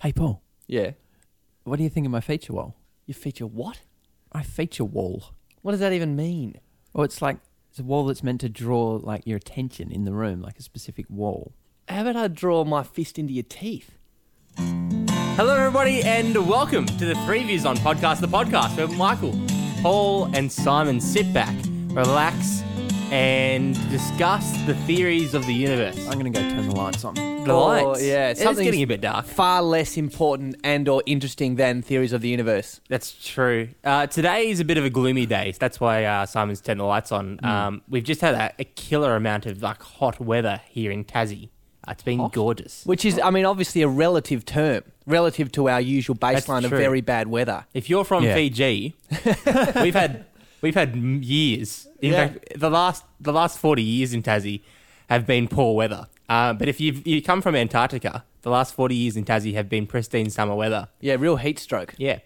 Hey, Paul, Yeah. what do you think of my feature wall? You feature what? I feature wall. What does that even mean? Well, it's like it's a wall that's meant to draw like your attention in the room, like a specific wall. How about I draw my fist into your teeth? Hello, everybody, and welcome to the Three Views on Podcast, the podcast where Michael, Paul, and Simon sit back, relax, and discuss the theories of the universe. I'm gonna go turn the lights on. The lights. yeah, it is something's- getting a bit dark. far less important and or interesting than theories of the universe. That's true. Uh, today is a bit of a gloomy day. so That's why uh, Simon's turned the lights on. Um, we've just had a, a killer amount of like hot weather here in Tassie. Uh, it's been gorgeous. Which is, I mean, obviously a relative term, relative to our usual baseline of true. very bad weather. If you're from Yeah. Fiji, we've had we've had m- years. In Yeah. fact, the last the last forty years in Tassie have been poor weather. Uh, but if you've you come from Antarctica, the last forty years in Tassie have been pristine summer weather. Yeah, real heat stroke. Yeah.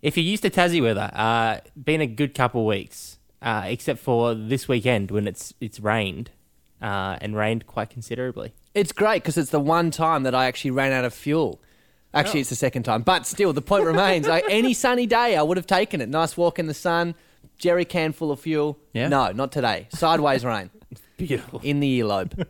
If you're used to Tassie weather, uh, been a good couple weeks, uh, except for this weekend when it's it's rained, uh, and rained quite considerably. It's great because it's the one time that I actually ran out of fuel. Actually, Oh. it's the second time, but still, the point remains. Like any sunny day, I would have taken it. Nice walk in the sun, jerry can full of fuel. Yeah. No, not today. Sideways rain Beautiful. in the earlobe.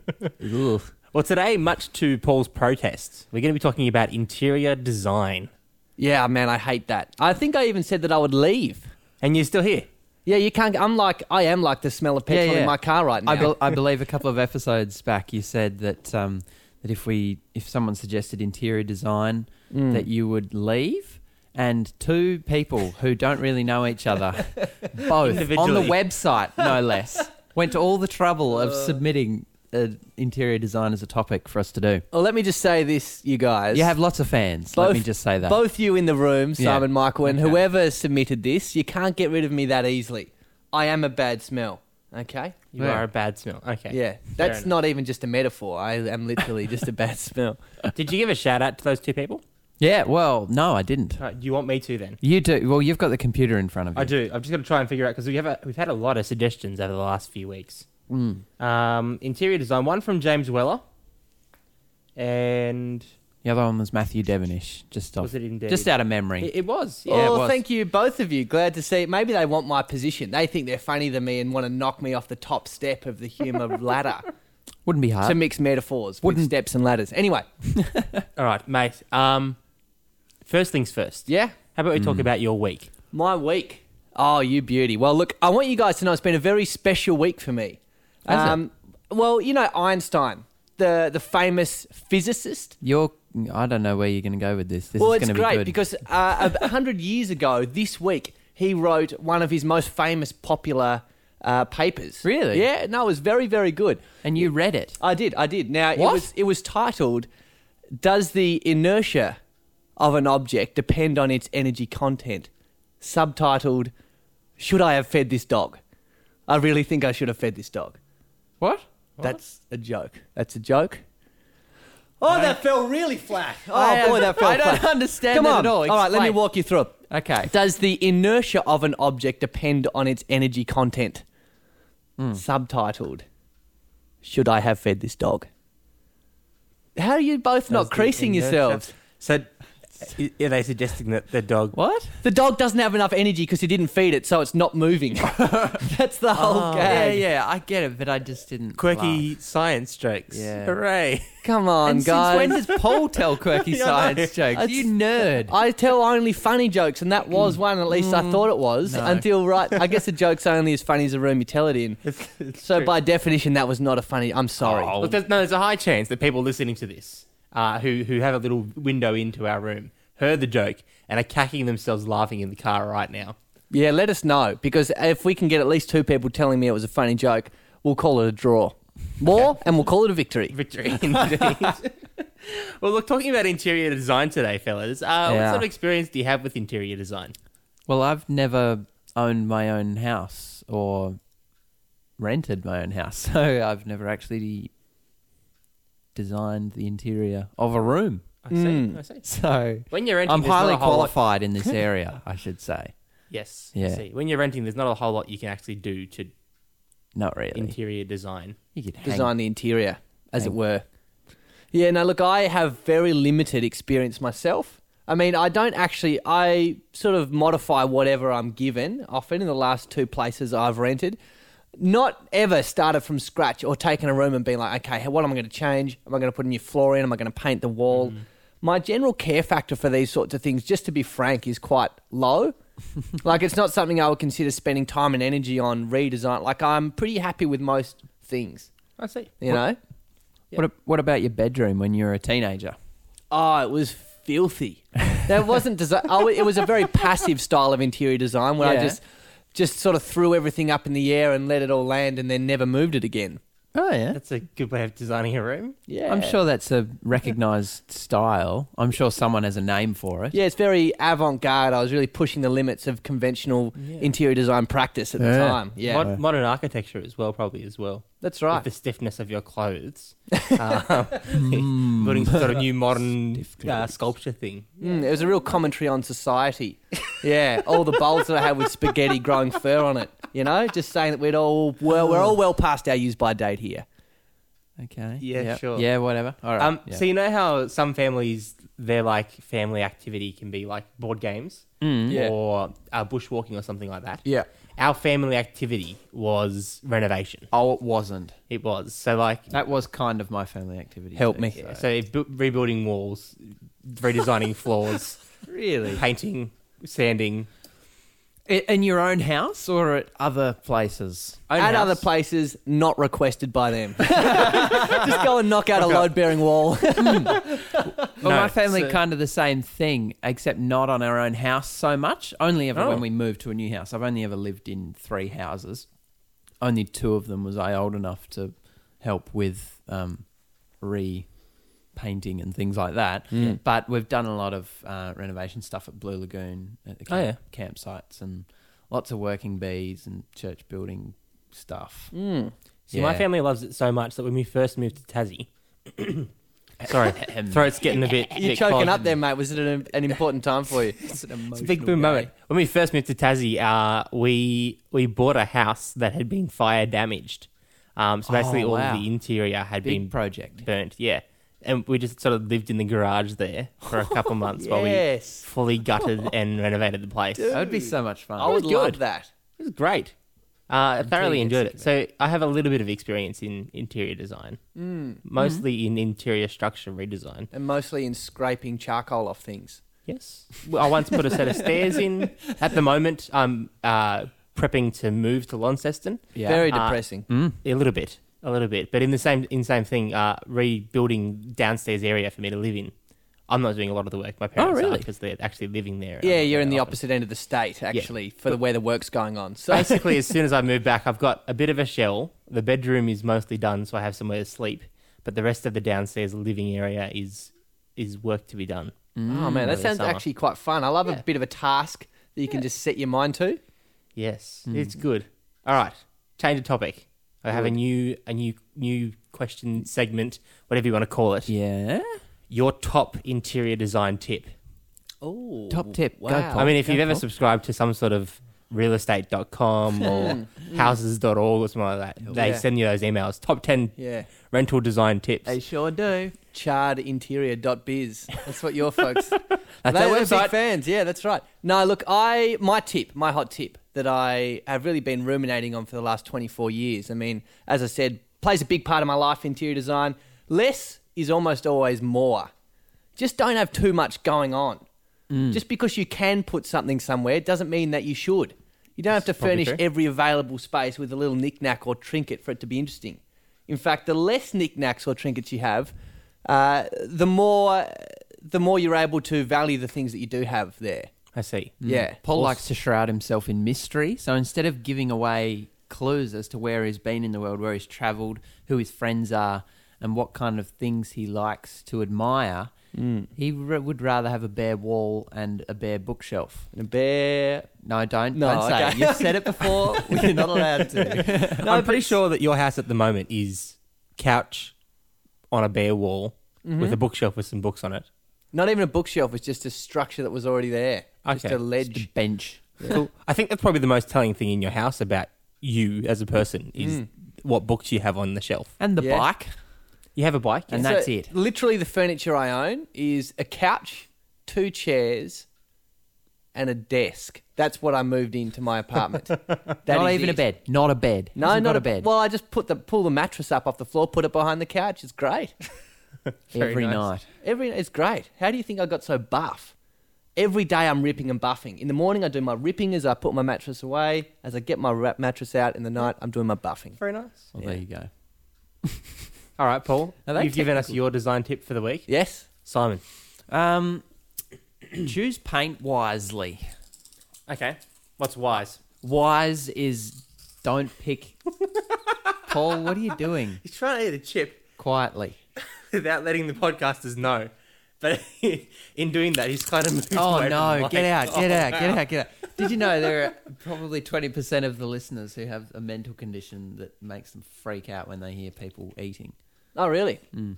Well, today, much to Paul's protest, we're going to be talking about interior design, Yeah, man, I hate that. I think I even said that I would leave. and you're still here. Yeah, you can't. I'm like, I am like the smell of petrol in my car right now. I, bel I believe a couple of episodes back, you said that um, that if we if someone suggested interior design, Mm. that you would leave. And two people who don't really know each other, both on the Individually. website, no less, went to all the trouble of submitting uh, interior design as a topic for us to do. Well, let me just say this, you guys. You have lots of fans. let Both- me just say that. both you in the room, Yeah. Simon, Michael, and Okay. whoever submitted this. You can't get rid of me that easily. I am a bad smell. Okay. You Yeah. are a bad smell. Okay. Yeah, that's not even just a metaphor. I am literally just a bad smell. Did you give a shout out to those two people? Yeah. Well, no, I didn't. Uh, you want me to then? You do. Well, you've got the computer in front of you. I do. I'm just going to try and figure out because we have a, we've had a lot of suggestions over the last few weeks. Um, interior design. One from James Weller, and The other one was Matthew Devonish. Just off. Was it indeed? Just out of memory. it, it was. Yeah. it oh, was. thank you, both of you. Glad to see. Maybe they want my position. They think they're funnier than me and want to knock me off the top step of the humour ladder. Wouldn't be hard. to mix metaphors with Wouldn't- steps and ladders. Anyway, All right, mate. Um, first things first. yeah. How about we talk about your week? My week. Oh, you beauty. Well, look, I want you guys to know it's been a very special week for me. Um, Has it? Well, you know Einstein, the the famous physicist. You're. I don't know where you're going to go with this. This well, is it's going to great be good. because uh, a hundred years ago this week he wrote one of his most famous popular uh, papers. Really? Yeah. No, it was very very good. and you read it. I did. I did. Now What? it was it was titled "Does the inertia of an object depend on its energy content?" Subtitled "Should I have fed this dog?" I really think I should have fed this dog. What? That's a joke. That's a joke. Oh, that fell really flat. Oh I- boy, that fell I don't flat. understand Come that at on. all. All right, let me Explain. walk you through. it. Okay. Does the inertia of an object depend on its energy content? Hmm. Subtitled, Should I Have Fed This Dog? How are you both Does not the creasing inertia- yourselves? So, i- are they suggesting that the dog? What? The dog doesn't have enough energy because he didn't feed it, so it's not moving. That's the whole Oh. yeah, gag. yeah. I get it, but I just didn't. laugh. Quirky science jokes. Yeah. Hooray! Come on, And guys. since when does Paul tell quirky Yeah, I know. science jokes? It's- You nerd. I tell only funny jokes, and that was one. At least Mm. I thought it was. No. Until right, I guess a joke's only as funny as the room you tell it in. It's, it's So true. Oh. by definition, that was not a funny. I'm sorry. Look, there's, no, there's a high chance that people listening to this, uh, who who have a little window into our room, heard the joke and are cacking themselves laughing in the car right now. Yeah, let us know because if we can get at least two people telling me it was a funny joke, we'll call it a draw. More, and we'll call it a victory. Victory, indeed. well, look, talking about interior design today, fellas. Uh, What Yeah. sort of experience do you have with interior design? Well, I've never owned my own house or rented my own house, so I've never actually designed the interior of a room. I see. I see. So Mm. When you're renting, I'm there's not highly a whole lot- qualified in this area, I should say. Yes. I Yeah. see. When you're renting, there's not a whole lot you can actually do to Not really. interior design. You could hang Design the interior, as it were. Yeah, no, look, I have very limited experience myself. I mean, I don't actually, I sort of modify whatever I'm given often in the last two places I've rented. Not ever started from scratch or taken a room and been like, okay, what am I going to change? Am I going to put a new floor in? Am I going to paint the wall? My general care factor for these sorts of things, just to be frank, is quite low. like, it's not something I would consider spending time and energy on redesign. Like, I'm pretty happy with most things, I see. you know? What, ab- what about your bedroom when you were a teenager? Oh, it was filthy. That wasn't design. Oh, it was a very passive style of interior design where Yeah. I just just sort of threw everything up in the air and let it all land, and then never moved it again. Oh, yeah. That's a good way of designing a room. Yeah, I'm sure that's a recognized style. I'm sure someone has a name for it. Yeah, it's very avant-garde. I was really pushing the limits of conventional interior design practice at the Yeah. time. Yeah, Mod- modern architecture as well, probably as well. that's With right. the stiffness of your clothes, um, building some sort of new modern Stiff uh, clothes. sculpture thing. Mm, it was a real commentary on society. Yeah, all the bowls that I had with spaghetti growing fur on it. You know, just saying that we'd all well, we're all well past our use by date here. Okay. Yeah, Yep. sure. Yeah, whatever. All right. Um, yeah. So you know how some families their like family activity can be like board games Yeah. or uh, bushwalking or something like that. Yeah. Our family activity was renovation. Oh, it wasn't. It was so like That was kind of my family activity. Help too, me. so- yeah, so it bu- rebuilding walls, redesigning floors, Really? painting, sanding. I- In your own house or at other places? Own at house. other places not requested by them. Just go and knock out a Knock out- load bearing wall. Well, No, my family so- kind of the same thing, except not on our own house so much. Only ever Oh. when we moved to a new house. I've only ever lived in three houses. Only two of them was I old enough to help with um, repainting and things like that. Hmm. But we've done a lot of uh, renovation stuff at Blue Lagoon at the Oh, camp, campsites and lots of working bees and church building stuff. Mm. See, my Yeah. family loves it so much that when we first moved to Tassie, sorry, throat's getting a bit. You're bit choking clogged. up there, mate. Was it an, an important time for you? It's an It's a big boom moment. When we first moved to Tassie, uh, we we bought a house that had been fire damaged. Um, so basically, Oh, all wow. of the interior had Big been project. burnt. Yeah, and we just sort of lived in the garage there for a couple months while we yes. fully gutted and renovated the place. That would be so much fun. I would was love good. that. It was great. Uh, I thoroughly you get enjoyed sick it. So I have a little bit of experience in interior design, mm. mostly Mm-hmm. in interior structure redesign. And mostly in scraping charcoal off things. Yes. Well, I once put a set of stairs in. At the moment, I'm uh, prepping to move to Launceston. Yeah. Ah. Mm. Very Uh, depressing. A little bit, a little bit. But in the same in the same thing, uh, rebuilding downstairs area for me to live in. I'm not doing a lot of the work. My parents really? because they're actually living there. Oh, yeah, Um, you're in the often. opposite end of the state, actually, for the where the work's going on. So Basically, as soon as I move back, I've got a bit of a shell. The bedroom is mostly done, so I have somewhere to sleep. But the rest of the downstairs living area is is work to be done. Oh man, Over Mm. that the sounds summer. actually quite fun. I love Yeah. a bit of a task that you can just set your mind to. Yes, Mm. it's good. All right, change of topic. I have a new a new new question segment, whatever you want to call it. Yeah. Your top interior design tip. Oh. Top tip. Go, Paul. I mean, if go you've ever for it. subscribed to some sort of realestate.com Mm. or houses.org or something like that, they Yeah. send you those emails. Top 10 Yeah. rental design tips. They sure do. chardinterior.biz. That's what your folks. that's our website. Big fans, yeah, that's right. No, look, I my tip, my hot tip that I have really been ruminating on for the last 24 years. I mean, as I said, plays a big part of my life interior design. Less is almost always more. Just don't have too much going on. Just because you can put something somewhere doesn't mean that you should. You don't have to probably furnish true. every available space with a little knickknack or trinket for it to be interesting. In fact, the less knickknacks or trinkets you have, uh, the more the more you're able to value the things that you do have there. I see. Yeah, Mm. Paul Or- likes to shroud himself in mystery, so instead of giving away clues as to where he's been in the world, where he's travelled, who his friends are, and what kind of things he likes to admire, he r- would rather have a bare wall and a bare bookshelf. a bear. No, don't. No, don't say it. okay. You've said it before. We're not allowed to. I'm pretty sure that your house at the moment is couch on a bare wall with a bookshelf with some books on it. Not even a bookshelf. It's just a structure that was already there. Just Okay. a Just a ledge. bench. Cool. I think that's probably the most telling thing in your house Mm. about you as a person is what books you have on the shelf. And the Yeah. bike. You have a bike, And yes. that's So, it. Literally, the furniture I own is a couch, two chairs, and a desk. That's what I moved into my apartment. That Not is even it. a bed. Not a bed. No, Hasn't not got a bed. Well, I just put the pull the mattress up off the floor, put it behind the couch. It's great. Very every nice. night. Every it's great. How do you think I got so buff? Every day I'm ripping and buffing. In the morning I do my ripping as I put my mattress away. As I get my wrap mattress out in the night, I'm doing my buffing. very nice. Well, there you go. All right, Paul. Are You've they given us technical? your design tip for the week, Yes. Simon. Um, choose paint wisely. Okay, what's wise? Wise is don't pick. Paul, what are you doing? He's trying to eat a chip Quietly. without letting the podcasters know, but in doing that, he's kind of moved Oh away from no! the Get mic. out! Get Oh, out! Get wow. out! Get out! Did you know there are probably twenty percent of the listeners who have a mental condition that makes them freak out when they hear people eating? Oh really? Seriously?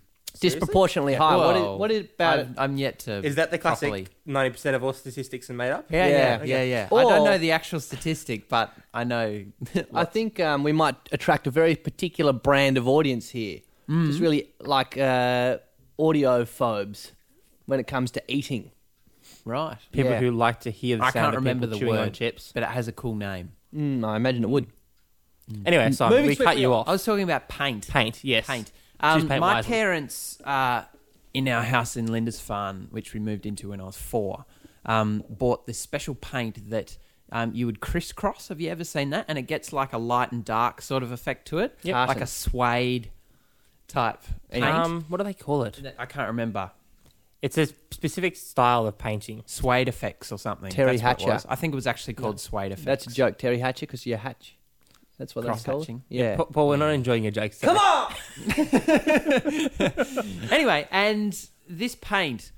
Disproportionately high. What is, Well, what is about it? I'm, I'm yet to. Is that the properly- classic? Ninety percent of all statistics are made up. Yeah, Yeah, yeah, okay. yeah, yeah. I Or- don't know the actual statistic, but I know. I think um, we might attract a very particular brand of audience here. Just really like uh, audiophobes when it comes to eating. right. People Yeah. who like to hear the I sound can't of remember people the chewing on word, chips. but it has a cool name. Mm, I imagine it would. Anyway, Simon, Moving we cut swiftly you on. I off. was talking about paint. Paint, yes. Paint. Um, paint my wisely. parents uh, in our house in Lindisfarne, which we moved into when I was four, um, bought this special paint that um, you would crisscross. Have you ever seen that? And it gets like a light and dark sort of effect to it, Yep. like a suede type paint. Um, what do they call it? I can't remember. It's a specific style of painting. Suede effects or something. Terry That's what it Hatcher. was. I think it was actually called suede effects. That's a joke, Terry Hatcher, because you hatch. That's what that's called. Cross-hatching. Yeah. Pa- Paul, we're not enjoying your jokes. Come on! anyway, and this paint,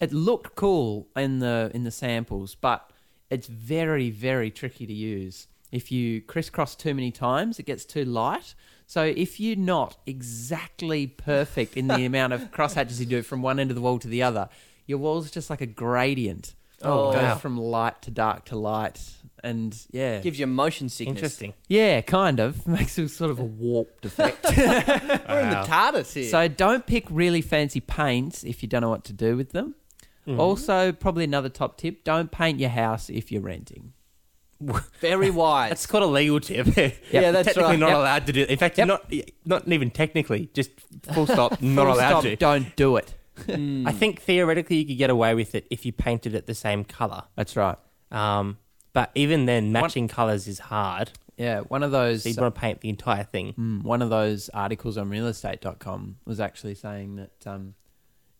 it looked cool in the in the samples, but it's very very tricky to use. If you crisscross too many times, it gets too light. So if you're not exactly perfect in the amount of crosshatches you do from one end of the wall to the other, your wall's just like a gradient. Oh, it goes wow. from light to dark to light, and yeah, Gives you motion sickness. Interesting. yeah, kind of makes it sort of a warped effect. We're in the TARDIS here. So don't pick really fancy paints if you don't know what to do with them. Mm-hmm. Also, probably another top tip: don't paint your house if you're renting. Very wise. That's called a legal tip. Yeah, that's technically right. not Yep. allowed to do. In fact, Yep. not not even technically, just full stop, not Full allowed stop, to. Don't do it. I think theoretically you could get away with it if you painted it the same color. That's right. Um, but even then, matching colors is hard. Yeah, one of those uh, So you'd want to paint the entire thing. mm, one of those articles on realestate.com was actually saying that um,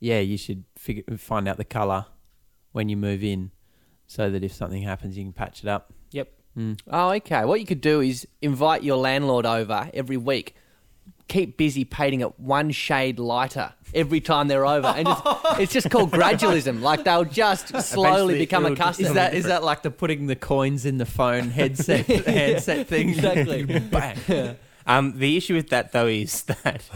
yeah, you should figure, find out the color when you move in, so that if something happens, you can patch it up. Yep. oh, okay. What you could do is invite your landlord over every week. Keep busy painting it one shade lighter every time they're over, and just, it's just called gradualism. Like they'll just slowly Eventually become it'll just accustomed. Is that is that like the putting the coins in the phone headset handset thing? Exactly. Bang. Um, the issue with that though is that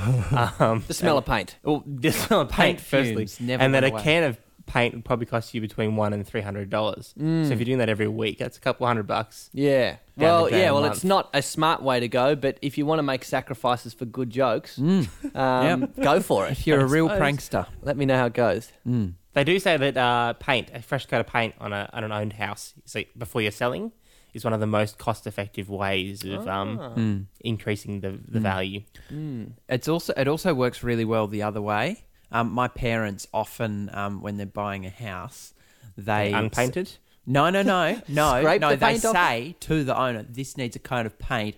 um, the smell of paint? well, the smell of paint, Paint firstly, fumes never and that went a away. can of paint would probably cost you between one and three hundred dollars. So if you're doing that every week, that's a couple hundred bucks. Yeah. Down Well, the drain yeah. a Well, month. it's not a smart way to go, but if you want to make sacrifices for good jokes, um, go for it. Mm, If you're a real suppose. prankster. Oh, Mm. Let me know how it goes. They do say that uh, paint, a fresh coat of paint on, a, on an owned house, so before you're selling, is one of the most cost-effective ways of um, increasing the, the value. Hmm. It's also it also works really well the other way. Um, my parents often, um, when they're buying a house, they Unpainted. No, no, no, no, Scrape no. the they paint off say to the owner, "This needs a coat of paint,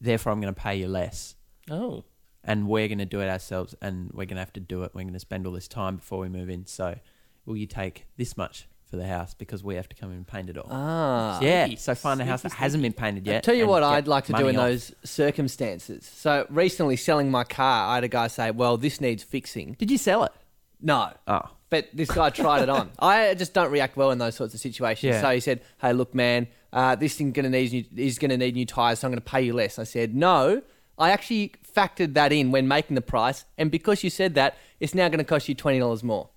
therefore I'm going to pay you less, Oh, and we're going to do it ourselves, and we're going to have to do it. We're going to spend all this time before we move in. So, will you take this much for the house because we have to come and paint it all? Ah. yeah. sneaky, So find a house that hasn't been painted yet. I'll tell you and what get I'd like to do money in off. those circumstances. So recently selling my car, I had a guy say, "Well, this needs fixing." Did you sell it? No. Oh. But this guy tried it on. I just don't react well in those sorts of situations. Yeah. So he said, "Hey, look, man, uh, this thing gonna need new, is gonna need new tires, so I'm gonna pay you less." I said, "No, I actually factored that in when making the price, and because you said that, it's now gonna cost you twenty dollars more."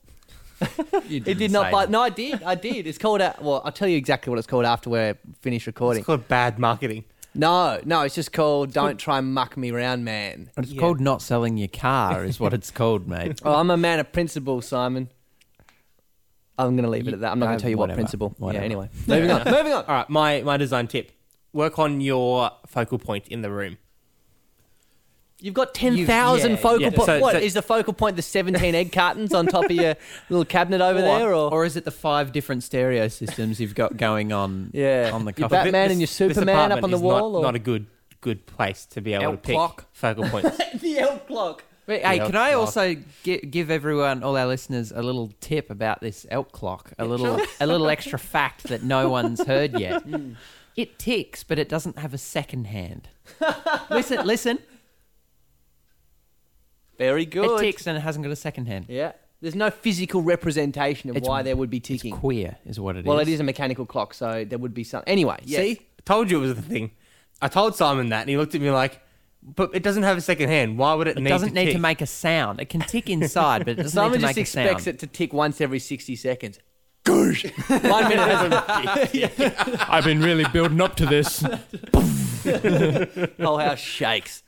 You It did not. Buy, no, I did. I did. It's called. A, well, I'll tell you exactly what it's called after we're finished recording. it's called bad marketing. No, no, it's just called Don't Try and Muck Me Round Man. It's Yeah. called not selling your car, is what it's called, mate. Oh, I'm a man of principle, Simon. I'm going to leave it at that. I'm not going Uh, to tell you what whatever, principle. whatever. Yeah, anyway. Moving on. Moving on. All right, my, my design tip work on your focal point in the room. You've got 10,000 yeah, focal yeah. points. So- what, so- is the focal point the 17 egg cartons on top of your little cabinet over there? Or, or is it the five different stereo systems you've got going on Yeah. on the Your coffee? Batman But and your Superman up apartment on the is wall, Not, or- not a good good place to be able to pick Outclock. focal points. the L clock. Wait, hey, Yeah, can I well. also gi- give everyone, all our listeners, a little tip about this elk clock? A little, a little extra fact that no one's heard yet. Mm. It ticks, but it doesn't have a second hand. listen, listen. Very good. It ticks and it hasn't got a second hand. Yeah. There's no physical representation of It's- why there would be It's ticking. queer, is what it is. well, it is a mechanical clock, so there would be some. Anyway, yes. See, told you it was the thing. I told Simon that, and he looked at me like, "But it doesn't have a second hand. Why would it, It need doesn't to need tick?" to make a sound. It can tick inside, but it doesn't Someone need to just make a sound. expects it to tick once every 60 seconds. Goosh. One minute I've been really building up to this. whole house Oh, shakes.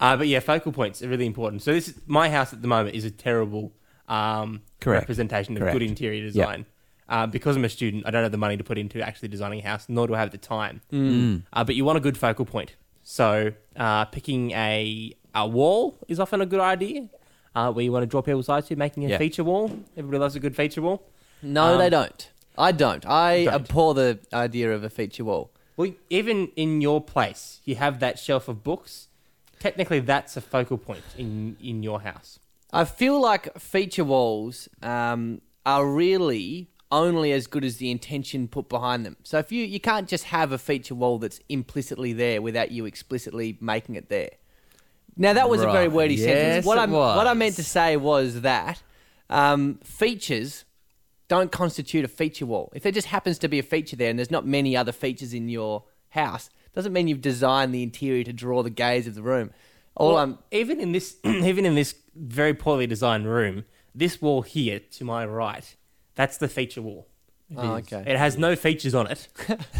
Uh, but yeah, focal points are really important. So this is, my house at the moment is a terrible um, Correct. representation of Correct. good interior design. Uh, because I'm a student, I don't have the money to put into actually designing a house, nor do I have the time. Mm. Uh, but you want a good focal point. So uh, picking a, a wall is often a good idea. Uh, where you want to draw people's eyes to, making a Yeah. feature wall. Everybody loves a good feature wall. No, Um, they don't. I don't. I Don't. abhor the idea of a feature wall. Well, even in your place, you have that shelf of books. Technically, that's a focal point in in your house. I feel like feature walls um, are really only as good as the intention put behind them. So if you you can't just have a feature wall that's implicitly there without you explicitly making it there. Now that was a very Right. wordy sentence. Yes, What it I what I was. meant to say was that um, features don't constitute a feature wall. If there just happens to be a feature there and there's not many other features in your house, doesn't mean you've designed the interior to draw the gaze of the room. All Well, I'm even in this even in this very poorly designed room, this wall here to my right, that's the feature wall. oh, okay. It has no features on it,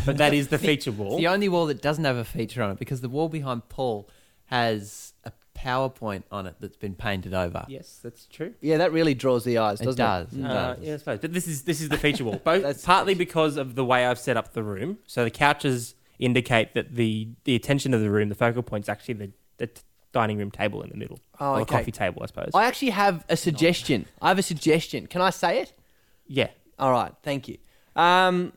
but that is the feature It's wall. the only wall that doesn't have a feature on it because the wall behind Paul has a PowerPoint on it that's been painted over. Yes, that's true. Yeah, that really draws the eyes, It doesn't it? Mm. does, it Uh, does. yeah, I suppose. But this is this is the feature wall. Both That's- partly because of the way I've set up the room. So the couches indicate that the the attention of the room, the focal point's actually the, the t- dining room table in the middle. Oh, or the okay. coffee table, I suppose. I actually have a suggestion. I have a suggestion. Can I say it? yeah. All right, thank you. Um,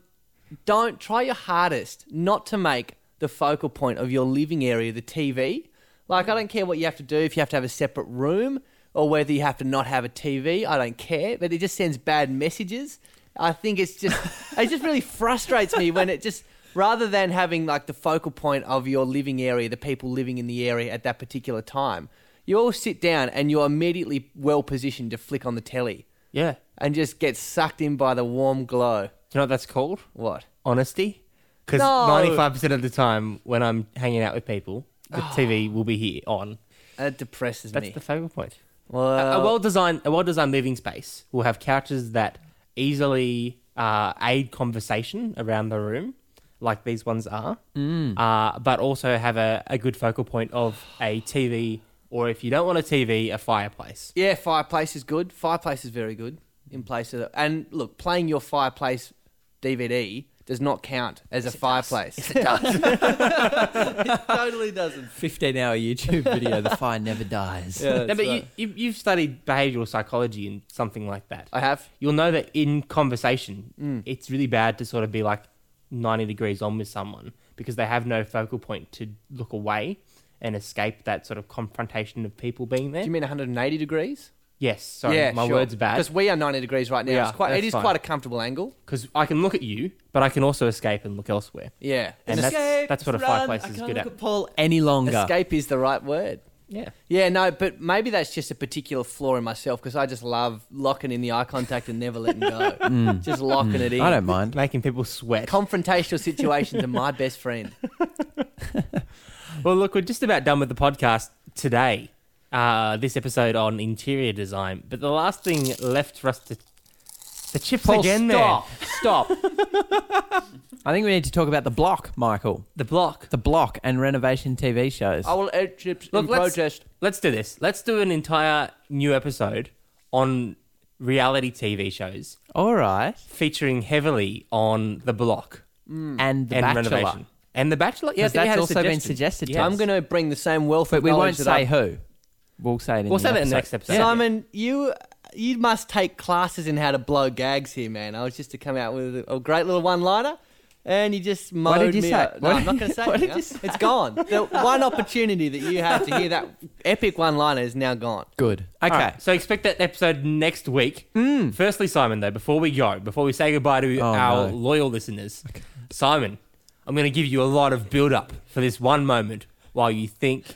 don't try your hardest not to make the focal point of your living area the TV. Like, I don't care what you have to do, if you have to have a separate room or whether you have to not have a TV, I don't care, but it just sends bad messages. I think it's just, it just really frustrates me when it just, rather than having like the focal point of your living area, the people living in the area at that particular time, you all sit down and you're immediately well positioned to flick on the telly Yeah. and just get sucked in by the warm glow. Do you know what that's called? What? honesty. Because No. ninety-five percent of the time when I'm hanging out with people, the TV will be here on. That depresses That's Ah. me. Uh, the Uh, focal point. well, a well-designed, a well-designed living space will have couches that easily uh, aid conversation around the room, like these ones are, Mm. uh, but also have a, a good focal point of a TV, or if you don't want a TV, a fireplace. yeah, fireplace is good. Fireplace is very good in place of. The, and look, playing your fireplace DVD does not count as a fireplace. it does. it totally doesn't. 15 hour YouTube video, The Fire Never Dies. Yeah, no, but you, you, you've studied behavioural psychology and something like that. I have. you'll know that in conversation, it's really bad to sort of be like 90 degrees on with someone because they have no focal point to look away and escape that sort of confrontation of people being there. Do you mean 180 degrees? yes, sorry, my words are Because bad. we are 90 degrees right now. We It's are, quite, it that's is fine. quite a comfortable angle. Because I can look at you, but I can also escape and look elsewhere. Yeah. And escape, that's, that's what a fireplace I is can't good look at. at Paul any longer. escape is the right word. Yeah. Yeah, no, but maybe that's just a particular flaw in myself because I just love locking in the eye contact and never letting go. Just locking it in. Mm. I don't mind. Making people sweat. Confrontational situations are my best friend. Well, look, we're just about done with the podcast today. Uh, this episode on interior design, but the last thing left for us to The chips Paul, again stop. Stop. I think we need to talk about the block, Michael. there. The block. The block and renovation TV shows. I will eat chips Look, in let's- protest. Let's do this. Let's do an entire new episode on reality TV shows All right. featuring heavily on the block And The and Bachelor. renovation. And The Bachelor. Yeah, I 'Cause think that's we had a also been suggestion. suggested to Yes. us. I'm going to bring the same wealth But of we won't knowledge that say I've- who. We'll say it in We'll the say that episode. in the next episode. Simon, you you must take classes in how to blow gags here, man. I was just to come out with a great little one-liner, and you just mowed What did you me say? up. No, What I'm not going to say. what it did now. you say? It's gone. The one opportunity that you had to hear that epic one-liner is now gone. Good. Okay. All right, so expect that episode next week. Firstly, Simon, though, before we go, before we say goodbye to Hmm. Oh, our no. loyal listeners, Simon, I'm going to give you a lot of build up for this one moment while you think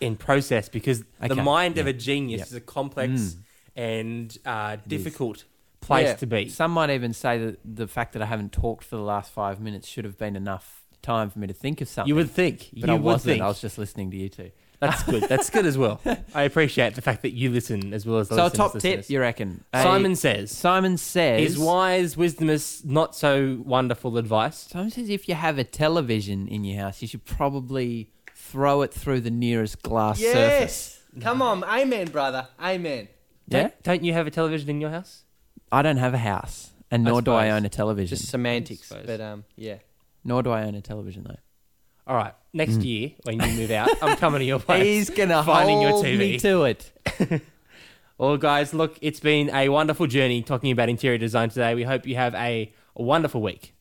in process because the Okay, Hmm. mind of a genius yep. is a complex and uh, difficult place Yeah, to be. Some might even say that the fact that I haven't talked for the last five minutes should have been enough time for me to think of something. You would think. but you I would wasn't. think. I was just listening to you two. That's good. That's good as well. I appreciate the fact that you listen as well as the So, a listeners top listen. tip, you reckon? A- Simon says, Simon says. his wise, wisdomous, not so wonderful advice. Simon says if you have a television in your house, you should probably throw it through the nearest glass surface. Yes. Come on, amen, brother, amen. Yeah? Don't, don't you have a television in your house? I don't have a house, and I nor do I suppose. own a television. Just semantics, suppose. but um, yeah. Nor do I own a television, though. All right. Next year, when you move out, I'm coming to your place. gonna finding your hold me TV. to it. Well, guys, look, it's been a wonderful journey talking about interior design today. We hope you have a wonderful week.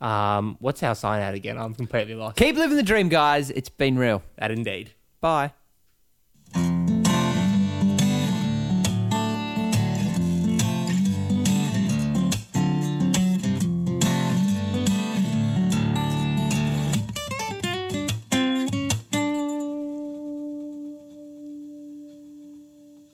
Um, what's our sign out again? I'm completely lost. Keep living the dream, guys. It's been real. That indeed. Bye.